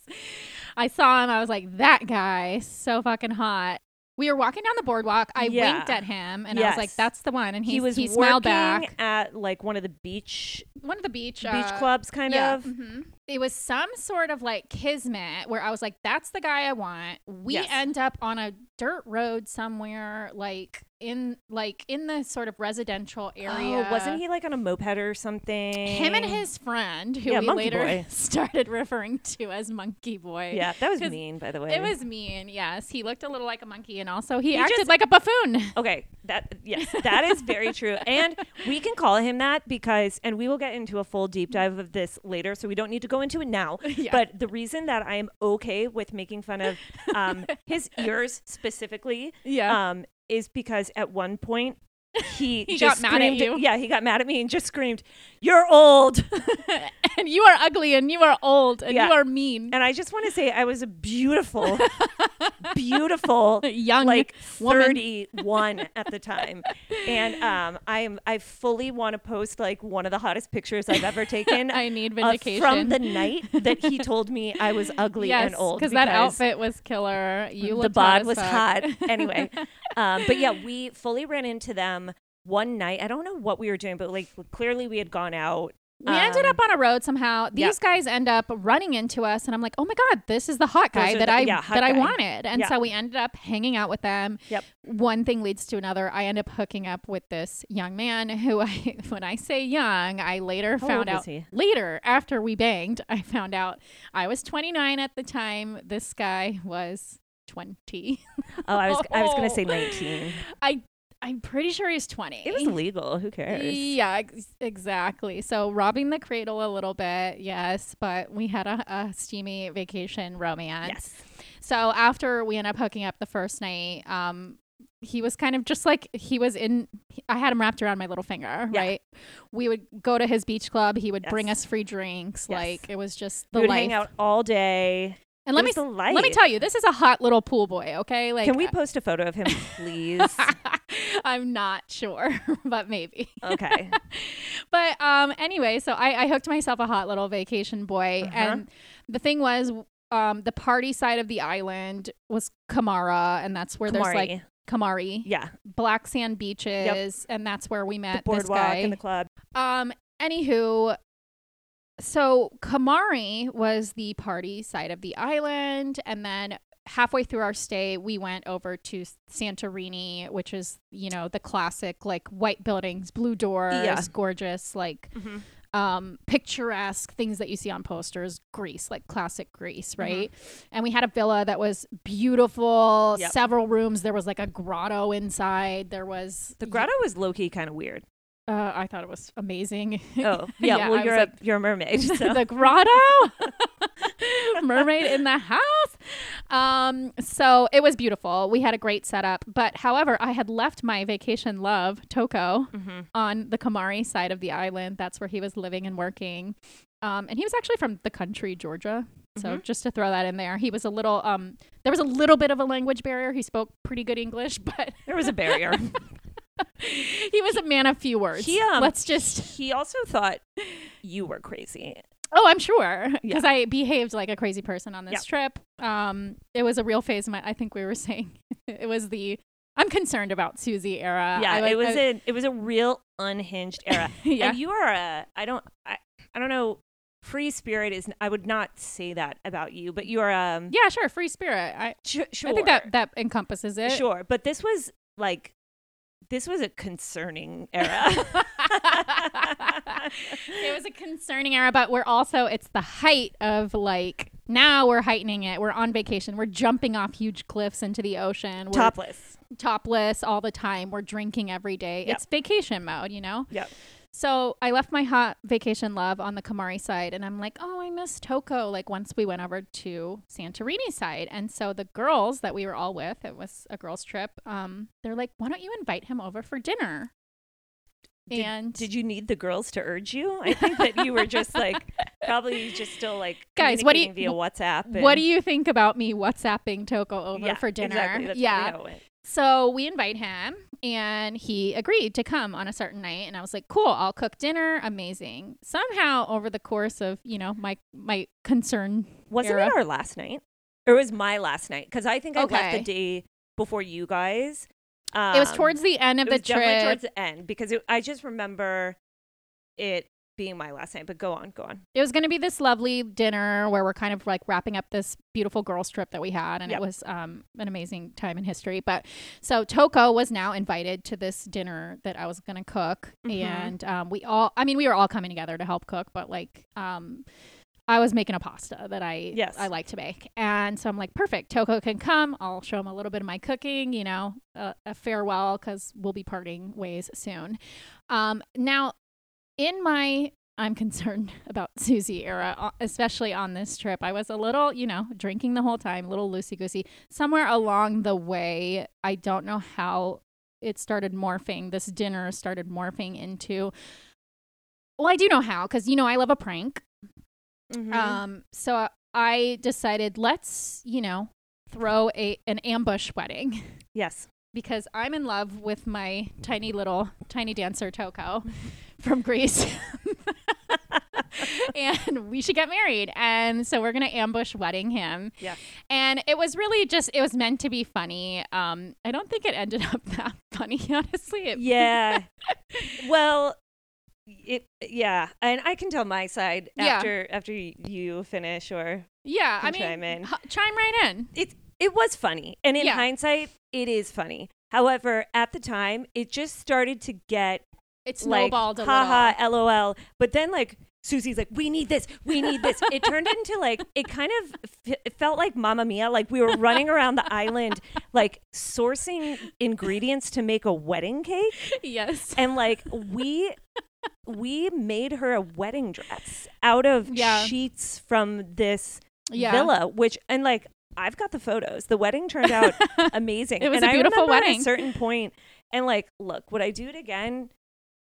Speaker 1: I saw him. I was like, that guy, is so fucking hot. We were walking down the boardwalk. I
Speaker 2: Yeah.
Speaker 1: winked at him, and I was like,
Speaker 2: Yes.
Speaker 1: "That's the one." And he,
Speaker 2: He was
Speaker 1: he smiled
Speaker 2: working
Speaker 1: back Uh,
Speaker 2: at like one of the beach
Speaker 1: one of the beach
Speaker 2: beach clubs, kind of.
Speaker 1: hmm it was some sort of like kismet where I was like, that's the guy I want. We
Speaker 2: Yes.
Speaker 1: end up on a dirt road somewhere, like in like in the sort of residential area.
Speaker 2: Oh, wasn't he like on a moped or something?
Speaker 1: Him and his friend, who
Speaker 2: Yeah,
Speaker 1: we
Speaker 2: Monkey
Speaker 1: later
Speaker 2: Boy.
Speaker 1: started referring to as Monkey Boy.
Speaker 2: Yeah, that was
Speaker 1: 'Cause
Speaker 2: mean, by the way.
Speaker 1: It was mean, yes. He looked a little like a monkey and also he,
Speaker 2: He
Speaker 1: acted
Speaker 2: just-
Speaker 1: like a buffoon.
Speaker 2: Okay, that yes, that is very true. And we can call him that because and we will get into a full deep dive of this later, so we don't need to go into it now.
Speaker 1: Yeah.
Speaker 2: But the reason that I am okay with making fun of um, his ears specifically
Speaker 1: Yeah.
Speaker 2: um, is because at one point he,
Speaker 1: He
Speaker 2: just
Speaker 1: got mad at
Speaker 2: screamed-
Speaker 1: you.
Speaker 2: Yeah, he got mad at me and just screamed, "You're old."
Speaker 1: and you are ugly and you are old and
Speaker 2: Yeah.
Speaker 1: you are mean.
Speaker 2: And I just want to say I was a beautiful, beautiful
Speaker 1: Young
Speaker 2: like
Speaker 1: woman.
Speaker 2: 31 at the time. And um, I'm I fully want to post like one of the hottest pictures I've ever taken.
Speaker 1: I need
Speaker 2: uh,
Speaker 1: vindication.
Speaker 2: from the night that he told me I was ugly and old
Speaker 1: because that outfit was killer. You
Speaker 2: the
Speaker 1: looked hot
Speaker 2: bod
Speaker 1: as
Speaker 2: was
Speaker 1: fuck.
Speaker 2: hot. Anyway, um, but yeah, we fully ran into them one night. I don't know what we were doing, but like clearly we had gone out.
Speaker 1: We ended
Speaker 2: Um,
Speaker 1: up on a road somehow. These
Speaker 2: yeah.
Speaker 1: guys end up running into us, and I'm like, "Oh my god, this is the hot
Speaker 2: Those
Speaker 1: guy
Speaker 2: are
Speaker 1: that
Speaker 2: the-
Speaker 1: I
Speaker 2: yeah, hot
Speaker 1: that I
Speaker 2: guy.
Speaker 1: wanted." And
Speaker 2: Yeah.
Speaker 1: so we ended up hanging out with them.
Speaker 2: Yep.
Speaker 1: One thing leads to another. I end up hooking up with this young man who I, when I say young, I later
Speaker 2: How
Speaker 1: found
Speaker 2: old was
Speaker 1: out
Speaker 2: he?
Speaker 1: later after we banged. I found out I was 29 at the time. This guy was 20.
Speaker 2: Oh, I was I was gonna say
Speaker 1: Oh.
Speaker 2: 19.
Speaker 1: I I'm pretty sure he's 20.
Speaker 2: It was legal. Who cares?
Speaker 1: Yeah, ex- exactly. So robbing the cradle a little bit, yes, but we had a, a steamy vacation romance.
Speaker 2: Yes.
Speaker 1: So after we ended up hooking up the first night, um, he was kind of just like he was in. he- I had him wrapped around my little finger,
Speaker 2: Yeah.
Speaker 1: right? We would go to his beach club. He would bring
Speaker 2: Yes.
Speaker 1: us free drinks.
Speaker 2: Yes.
Speaker 1: Like it was just the
Speaker 2: We would
Speaker 1: life.
Speaker 2: hang out all day.
Speaker 1: and let me
Speaker 2: It was the light.
Speaker 1: let me tell you, this is a hot little pool boy. Okay, like uh,
Speaker 2: Can we post a photo of him, please?
Speaker 1: I'm not sure, but maybe.
Speaker 2: okay.
Speaker 1: But um, anyway, so I, I hooked myself a hot little vacation boy,
Speaker 2: Uh-huh.
Speaker 1: and the thing was, um, the party side of the island was Kamara, and that's where there's like Kamari,
Speaker 2: Kamari. yeah,
Speaker 1: black sand beaches, and that's where we
Speaker 2: the
Speaker 1: met this
Speaker 2: boardwalk
Speaker 1: guy.
Speaker 2: and the club.
Speaker 1: um, anywho, so Kamari was the party side of the island, and then. Halfway through our stay, we went over to Santorini, which is, you know, the classic like white buildings, blue doors, gorgeous, like um, picturesque things that you see on posters, Greece, like classic
Speaker 2: Mm-hmm.
Speaker 1: Greece, right? And we had a villa that was beautiful,
Speaker 2: Yep.
Speaker 1: several rooms. There was like a grotto inside. There was
Speaker 2: The grotto was low key kind of weird.
Speaker 1: Uh, I thought it was amazing.
Speaker 2: Oh, yeah.
Speaker 1: Yeah, I
Speaker 2: well,
Speaker 1: was
Speaker 2: you're
Speaker 1: like-
Speaker 2: a you're a mermaid. So.
Speaker 1: the grotto mermaid in the house um so it was beautiful we had a great setup but however i had left my vacation love toko
Speaker 2: Mhm.
Speaker 1: on the kamari side of the island that's where he was living and working um and he was actually from the country georgia so
Speaker 2: Mm-hmm.
Speaker 1: just to throw that in there he was a little um there was a little bit of a language barrier he spoke pretty good english but
Speaker 2: There was a barrier.
Speaker 1: he was a man of few words
Speaker 2: He, um,
Speaker 1: let's just
Speaker 2: he also thought you were crazy.
Speaker 1: Oh, I'm sure
Speaker 2: Yeah.
Speaker 1: because I behaved like a crazy person on this trip. Um, it was a real phase. Of my, I think we were saying it was the I'm concerned about Susie era.
Speaker 2: yeah,
Speaker 1: Uh, I
Speaker 2: it was
Speaker 1: I-
Speaker 2: a it was a real unhinged era.
Speaker 1: yeah.
Speaker 2: And you are a I don't I, I don't know. Free spirit is. I would not say that about you, but you are um.
Speaker 1: yeah, sure, free spirit. I
Speaker 2: Sh- sure.
Speaker 1: I think that that encompasses it.
Speaker 2: Sure, but this was like this was a concerning era.
Speaker 1: it was a concerning era, but we're also it's the height of like now we're heightening it. We're on vacation. We're jumping off huge cliffs into the ocean. We're
Speaker 2: Topless.
Speaker 1: topless all the time. We're drinking every day.
Speaker 2: Yep.
Speaker 1: It's vacation mode, you know.
Speaker 2: Yep.
Speaker 1: So I left my hot vacation love on the Kamari side, and I'm like, oh, I miss Toko. Like once we went over to Santorini side, and so the girls that we were all with, it was a girls' trip. Um, they're like, why don't you invite him over for dinner? and
Speaker 2: Did you need the girls to urge you? I think that you were just like probably just still like
Speaker 1: Guys, what do you-
Speaker 2: communicating via WhatsApp. And,
Speaker 1: what do you think about me WhatsApping Toko over
Speaker 2: Yeah,
Speaker 1: for dinner?
Speaker 2: Exactly, that's
Speaker 1: yeah.
Speaker 2: probably how it went.
Speaker 1: So we invite him, and he agreed to come on a certain night. And I was like, "Cool, I'll cook dinner. Amazing." Somehow, over the course of you know my my concern,
Speaker 2: Wasn't
Speaker 1: Era.
Speaker 2: it our last night? Or it was my last night because I think I left
Speaker 1: Okay.
Speaker 2: the day before you guys. Um,
Speaker 1: it was towards the end of
Speaker 2: it
Speaker 1: the
Speaker 2: was definitely
Speaker 1: trip.
Speaker 2: towards the end because it, I just remember it being my last name, but go on, go on.
Speaker 1: It was going to be this lovely dinner where we're kind of like wrapping up this beautiful girls trip that we had, and
Speaker 2: Yep.
Speaker 1: it was um, an amazing time in history. But so Toko was now invited to this dinner that I was going to cook,
Speaker 2: Mhm.
Speaker 1: and um, we all—I mean, we were all coming together to help cook, but like, um, I was making a pasta that I
Speaker 2: Yes.
Speaker 1: I like to make, and so I'm like, perfect. Toko can come. I'll show him a little bit of my cooking, you know, a, a farewell because we'll be parting ways soon. Um, now, in my I'm concerned about Susie era, uh, especially on this trip. I was a little, you know, drinking the whole time, little loosey goosey. Somewhere along the way, I don't know how it started morphing. This dinner started morphing into. Well, I do know how, because, you know, I love a prank.
Speaker 2: Mhm.
Speaker 1: Um, so I decided let's, you know, throw a an ambush wedding
Speaker 2: yes.
Speaker 1: because I'm in love with my tiny little tiny dancer Toko from Greece. and we should get married. And so we're going to ambush wedding him.
Speaker 2: Yes.
Speaker 1: And it was really just, it was meant to be funny. Um, I don't think it ended up that funny, honestly. It,
Speaker 2: Yeah. well, it yeah, and I can tell my side
Speaker 1: Yeah.
Speaker 2: after after y- you finish or
Speaker 1: yeah. I
Speaker 2: Can
Speaker 1: mean,
Speaker 2: chime in.
Speaker 1: h- chime right in.
Speaker 2: it it was funny. And in
Speaker 1: Yeah.
Speaker 2: hindsight, it is funny. However, at the time, it just started to get
Speaker 1: It
Speaker 2: like
Speaker 1: snowballed a little.
Speaker 2: haha lol but then like susie's like we need this we need this it turned into like it kind of f- it felt like mamma mia like we were running around the island like sourcing ingredients to make a wedding cake
Speaker 1: Yes.
Speaker 2: and like we we made her a wedding dress out of
Speaker 1: Yeah.
Speaker 2: sheets from this
Speaker 1: Yeah.
Speaker 2: villa which and like I've got the photos. The wedding turned out amazing.
Speaker 1: It was
Speaker 2: and
Speaker 1: a beautiful
Speaker 2: I remember At
Speaker 1: wedding.
Speaker 2: a certain point, and like, look, would I do it again?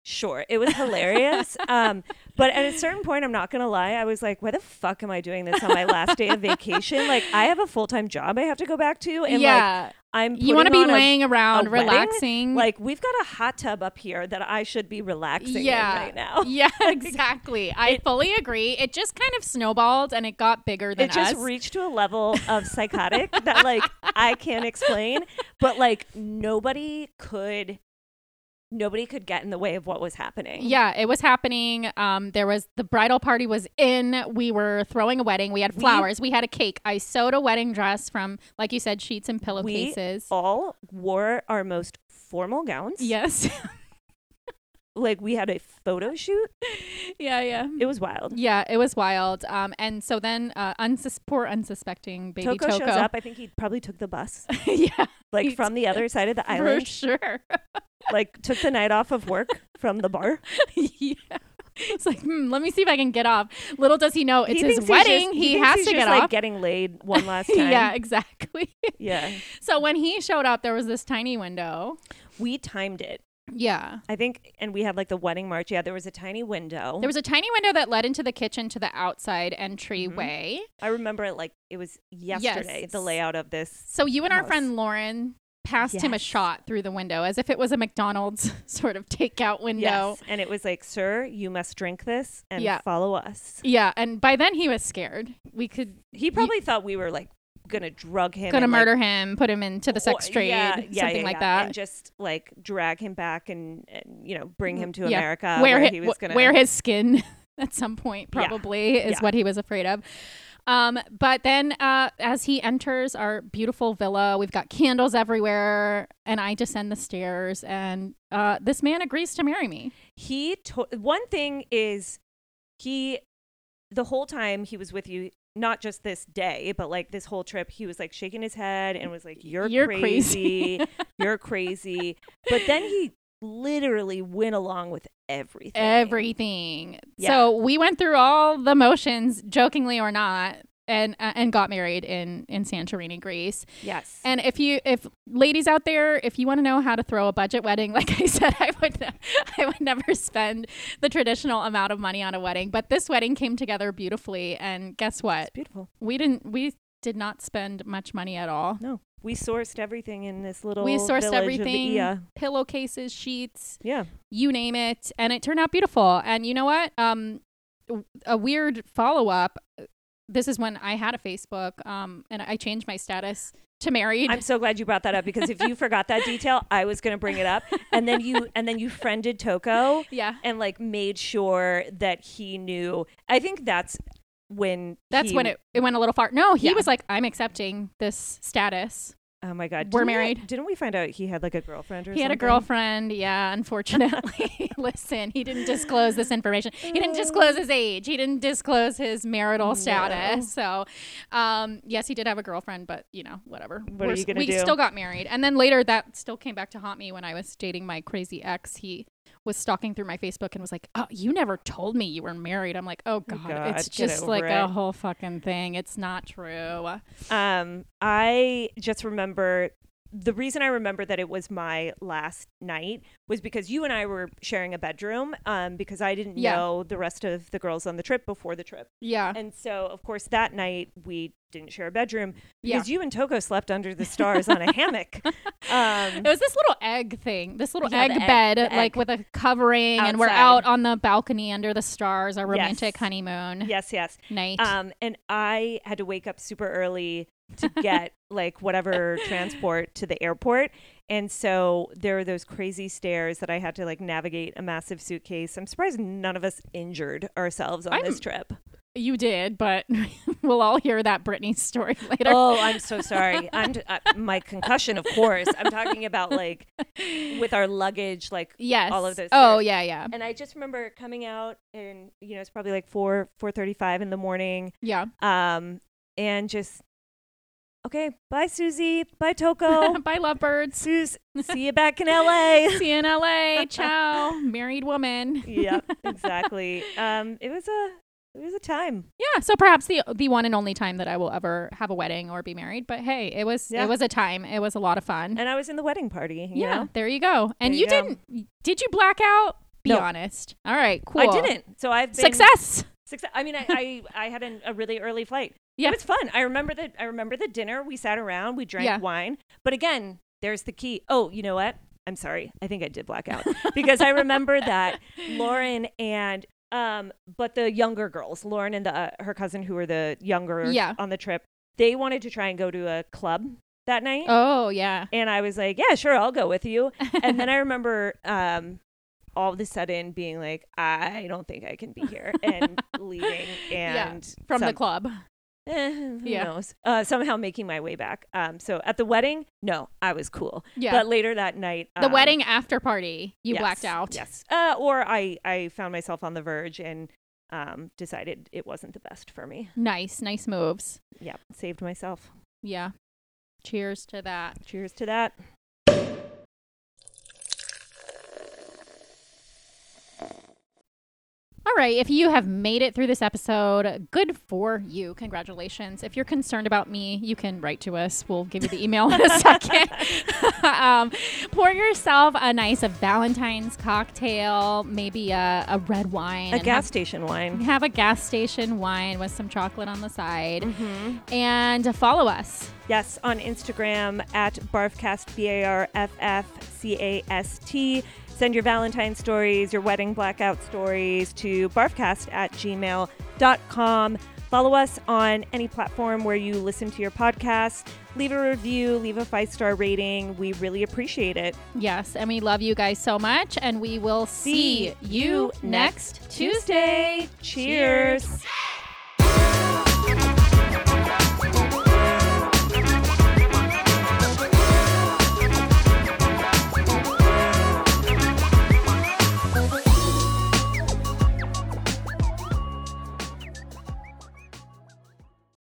Speaker 2: Sure, it was hilarious. um, but at a certain point, I'm not gonna lie, I was like, why the fuck am I doing this on my last day of vacation? Like, I have a full time job I have to go back to, and like,
Speaker 1: yeah.
Speaker 2: I'm
Speaker 1: you want to be
Speaker 2: putting on a-
Speaker 1: laying around,
Speaker 2: a wedding?
Speaker 1: relaxing.
Speaker 2: like, we've got a hot tub up here that I should be relaxing
Speaker 1: Yeah.
Speaker 2: in right now.
Speaker 1: yeah, exactly. I fully agree. It just kind of snowballed and it got bigger than
Speaker 2: it just
Speaker 1: us.
Speaker 2: reached to a level of psychotic that like I can't explain, but like nobody could nobody could get in the way of what was happening.
Speaker 1: yeah, it was happening. Um, there was the bridal party was in. We were throwing a wedding. We had flowers. We, had a cake. I sewed a wedding dress from, like you said, sheets and pillowcases.
Speaker 2: All wore our most formal gowns.
Speaker 1: yes.
Speaker 2: Like we had a photo shoot.
Speaker 1: yeah, yeah.
Speaker 2: It was wild.
Speaker 1: Yeah, it was wild. Um, and so then, uh, unsus- poor unsuspecting baby
Speaker 2: Toko,
Speaker 1: Toko,
Speaker 2: shows up. I think he probably took the bus,
Speaker 1: yeah,
Speaker 2: like
Speaker 1: He
Speaker 2: from the other side of the
Speaker 1: for
Speaker 2: island.
Speaker 1: sure.
Speaker 2: Like took the night off of work from the bar.
Speaker 1: yeah. It's like, hmm, let me see if I can get off. Little does he know it's
Speaker 2: He
Speaker 1: his
Speaker 2: thinks he's just-
Speaker 1: wedding. he
Speaker 2: thinks
Speaker 1: has
Speaker 2: he's
Speaker 1: to
Speaker 2: just,
Speaker 1: get
Speaker 2: like
Speaker 1: off.
Speaker 2: getting laid one last time.
Speaker 1: yeah, exactly.
Speaker 2: yeah.
Speaker 1: so when he showed up, there was this tiny window.
Speaker 2: We timed it.
Speaker 1: Yeah.
Speaker 2: I think, and we had like the wedding march. Yeah, there was a tiny window.
Speaker 1: There was a tiny window that led into the kitchen to the outside entryway.
Speaker 2: I remember it like it was yesterday. The layout of this.
Speaker 1: So you and our
Speaker 2: House.
Speaker 1: friend Lauren passed him a
Speaker 2: Yes.
Speaker 1: shot through the window as if it was a McDonald's sort of takeout window.
Speaker 2: Yes, and it was like, sir, you must drink this and
Speaker 1: Yeah.
Speaker 2: follow us.
Speaker 1: Yeah, and by then he was scared. We could
Speaker 2: He probably thought we were like gonna drug him,
Speaker 1: gonna
Speaker 2: and, like,
Speaker 1: murder him, put him into the sex
Speaker 2: or-
Speaker 1: trade,
Speaker 2: yeah,
Speaker 1: something
Speaker 2: yeah, yeah,
Speaker 1: like
Speaker 2: yeah,
Speaker 1: that.
Speaker 2: and just like drag him back and, and you know bring him to
Speaker 1: Yeah.
Speaker 2: America
Speaker 1: wear hi-
Speaker 2: uh, he was
Speaker 1: wh-
Speaker 2: gonna
Speaker 1: wear his skin at some point
Speaker 2: Yeah.
Speaker 1: probably is
Speaker 2: Yeah.
Speaker 1: what he was afraid of um, but then uh, as he enters our beautiful villa we've got candles everywhere and i descend the stairs and uh, this man agrees to marry me
Speaker 2: he to- one thing is he the whole time he was with you not just this day but like this whole trip he was like shaking his head and was like you're,
Speaker 1: You're
Speaker 2: crazy, you're crazy but then he literally went along with everything
Speaker 1: everything
Speaker 2: Yeah.
Speaker 1: so we went through all the motions jokingly or not and uh, and got married in in santorini greece
Speaker 2: yes
Speaker 1: And if you, if ladies out there, if you want to know how to throw a budget wedding, like I said, I would, ne- I would never spend the traditional amount of money on a wedding. But this wedding came together beautifully, and guess what?
Speaker 2: it's beautiful
Speaker 1: We didn't, we did not spend much money at all.
Speaker 2: no we sourced everything in this little
Speaker 1: We
Speaker 2: village
Speaker 1: sourced
Speaker 2: of
Speaker 1: everything,
Speaker 2: Ia.
Speaker 1: pillowcases, sheets,
Speaker 2: yeah
Speaker 1: you name it, and it turned out beautiful. And you know what? Um, w- a weird follow up. this is when I had a Facebook, um, and I changed my status to married.
Speaker 2: I'm so glad you brought that up because if you forgot that detail, I was going to bring it up. And then you and then you friended Toko
Speaker 1: yeah,
Speaker 2: and like made sure that he knew. I think that's when
Speaker 1: that's
Speaker 2: he-
Speaker 1: when it, it went a little far. No, he
Speaker 2: Yeah.
Speaker 1: was like, I'm accepting this status.
Speaker 2: Oh my god.
Speaker 1: We're
Speaker 2: Didn't we-
Speaker 1: married.
Speaker 2: didn't we find out he had like a girlfriend or
Speaker 1: He
Speaker 2: something?
Speaker 1: had a girlfriend. Yeah, unfortunately. Listen, he didn't disclose this information. He didn't disclose his age. He didn't disclose his marital status. So, um, yes, he did have a girlfriend, but you know, whatever.
Speaker 2: What are
Speaker 1: We're-
Speaker 2: you gonna
Speaker 1: we
Speaker 2: do?
Speaker 1: still got married, and then later that still came back to haunt me when I was dating my crazy ex. He was stalking through my Facebook and was like, "Oh, you never told me you were married." I'm like, "Oh God,
Speaker 2: God,
Speaker 1: it's
Speaker 2: get
Speaker 1: just
Speaker 2: over
Speaker 1: like
Speaker 2: it."
Speaker 1: a whole fucking thing. It's not true."
Speaker 2: Um, I just remember the reason I remember that it was my last night was because you and I were sharing a bedroom um, because I didn't
Speaker 1: Yeah. Uh.
Speaker 2: know the rest of the girls on the trip before the trip.
Speaker 1: Yeah,
Speaker 2: And so, of course, that night we didn't share a bedroom
Speaker 1: Yeah.
Speaker 2: because you and Toko slept under the stars on a hammock. Um,
Speaker 1: It was this little egg thing, this little
Speaker 2: Yeah,
Speaker 1: egg,
Speaker 2: the egg-
Speaker 1: bed,
Speaker 2: the egg.
Speaker 1: like with a covering, and we're
Speaker 2: Outside.
Speaker 1: out on the balcony under the stars, our romantic
Speaker 2: Yes.
Speaker 1: honeymoon
Speaker 2: yes, yes.
Speaker 1: night.
Speaker 2: Um, and I had to wake up super early to get like whatever transport to the airport. And so there were those crazy stairs that I had to like navigate a massive suitcase. I'm surprised none of us injured ourselves on this
Speaker 1: I'm-
Speaker 2: trip.
Speaker 1: you did, but we'll all hear that Britney story later.
Speaker 2: Oh, I'm so sorry. I'm t- uh, my concussion, of course. I'm talking about like with our luggage, like
Speaker 1: yes.
Speaker 2: all of those
Speaker 1: Oh,
Speaker 2: stairs.
Speaker 1: yeah, yeah,
Speaker 2: and I just remember coming out and you know it's probably like 4 4:35 in the morning
Speaker 1: yeah.
Speaker 2: um and just okay bye Susie bye Toko
Speaker 1: Bye, lovebirds.
Speaker 2: Suze see you back in LA
Speaker 1: See you in LA. Ciao, married woman.
Speaker 2: yep exactly um it was a it was a time
Speaker 1: Yeah. So perhaps the the one and only time that I will ever have a wedding or be married. But hey, it was
Speaker 2: Yeah.
Speaker 1: it was a time. It was a lot of fun.
Speaker 2: and I was in the wedding party you
Speaker 1: Mm. yeah.
Speaker 2: know?
Speaker 1: There you go. And
Speaker 2: There
Speaker 1: you
Speaker 2: you go.
Speaker 1: didn't. Did you black out? Be
Speaker 2: No.
Speaker 1: honest. All right. Cool.
Speaker 2: I didn't so I've been
Speaker 1: Success.
Speaker 2: success I mean I I, I had an, a really early flight
Speaker 1: Yeah.
Speaker 2: it was fun I remember the I remember the dinner we sat around we drank
Speaker 1: Yeah.
Speaker 2: wine but again there's the key oh you know what I'm sorry I think I did black out because I remember that Lauren and um, but the younger girls, Lauren and the uh, her cousin who were the younger
Speaker 1: Yeah.
Speaker 2: on the trip, they wanted to try and go to a club that night,
Speaker 1: Oh yeah.
Speaker 2: and I was like, yeah, sure, I'll go with you. and then I remember um, all of a sudden being like, I don't think I can be here, and leaving,
Speaker 1: Yeah,
Speaker 2: and
Speaker 1: From the
Speaker 2: some-
Speaker 1: club.
Speaker 2: eh, who
Speaker 1: Yeah.
Speaker 2: knows? Uh, somehow making my way back. Um, so at the wedding, no, I was cool,
Speaker 1: Yeah.
Speaker 2: but later that night,
Speaker 1: the
Speaker 2: um,
Speaker 1: wedding after party. You
Speaker 2: Yes,
Speaker 1: blacked out.
Speaker 2: Yes. Uh, or I, I found myself on the verge and um, decided it wasn't the best for me.
Speaker 1: Nice. Nice moves.
Speaker 2: Yeah. Saved myself.
Speaker 1: Yeah. Cheers to that.
Speaker 2: Cheers to that.
Speaker 1: All right, if you have made it through this episode, good for you. Congratulations. If you're concerned about me, you can write to us. We'll give you the email in a second. um, pour yourself a nice Valentine's cocktail, maybe a, a red wine.
Speaker 2: A
Speaker 1: and
Speaker 2: gas station wine.
Speaker 1: Have, have a gas station wine with some chocolate on the side.
Speaker 2: Mm-hmm.
Speaker 1: And follow us.
Speaker 2: Yes, on Instagram at barfcast, B A R F F C A S T. Send your Valentine stories, your wedding blackout stories to barfcast at gmail.com. Follow us on any platform where you listen to your podcast. Leave a review, leave a five star rating. We really appreciate it.
Speaker 1: Yes, and we love you guys so much, and we will see,
Speaker 2: See you next Tuesday. Cheers.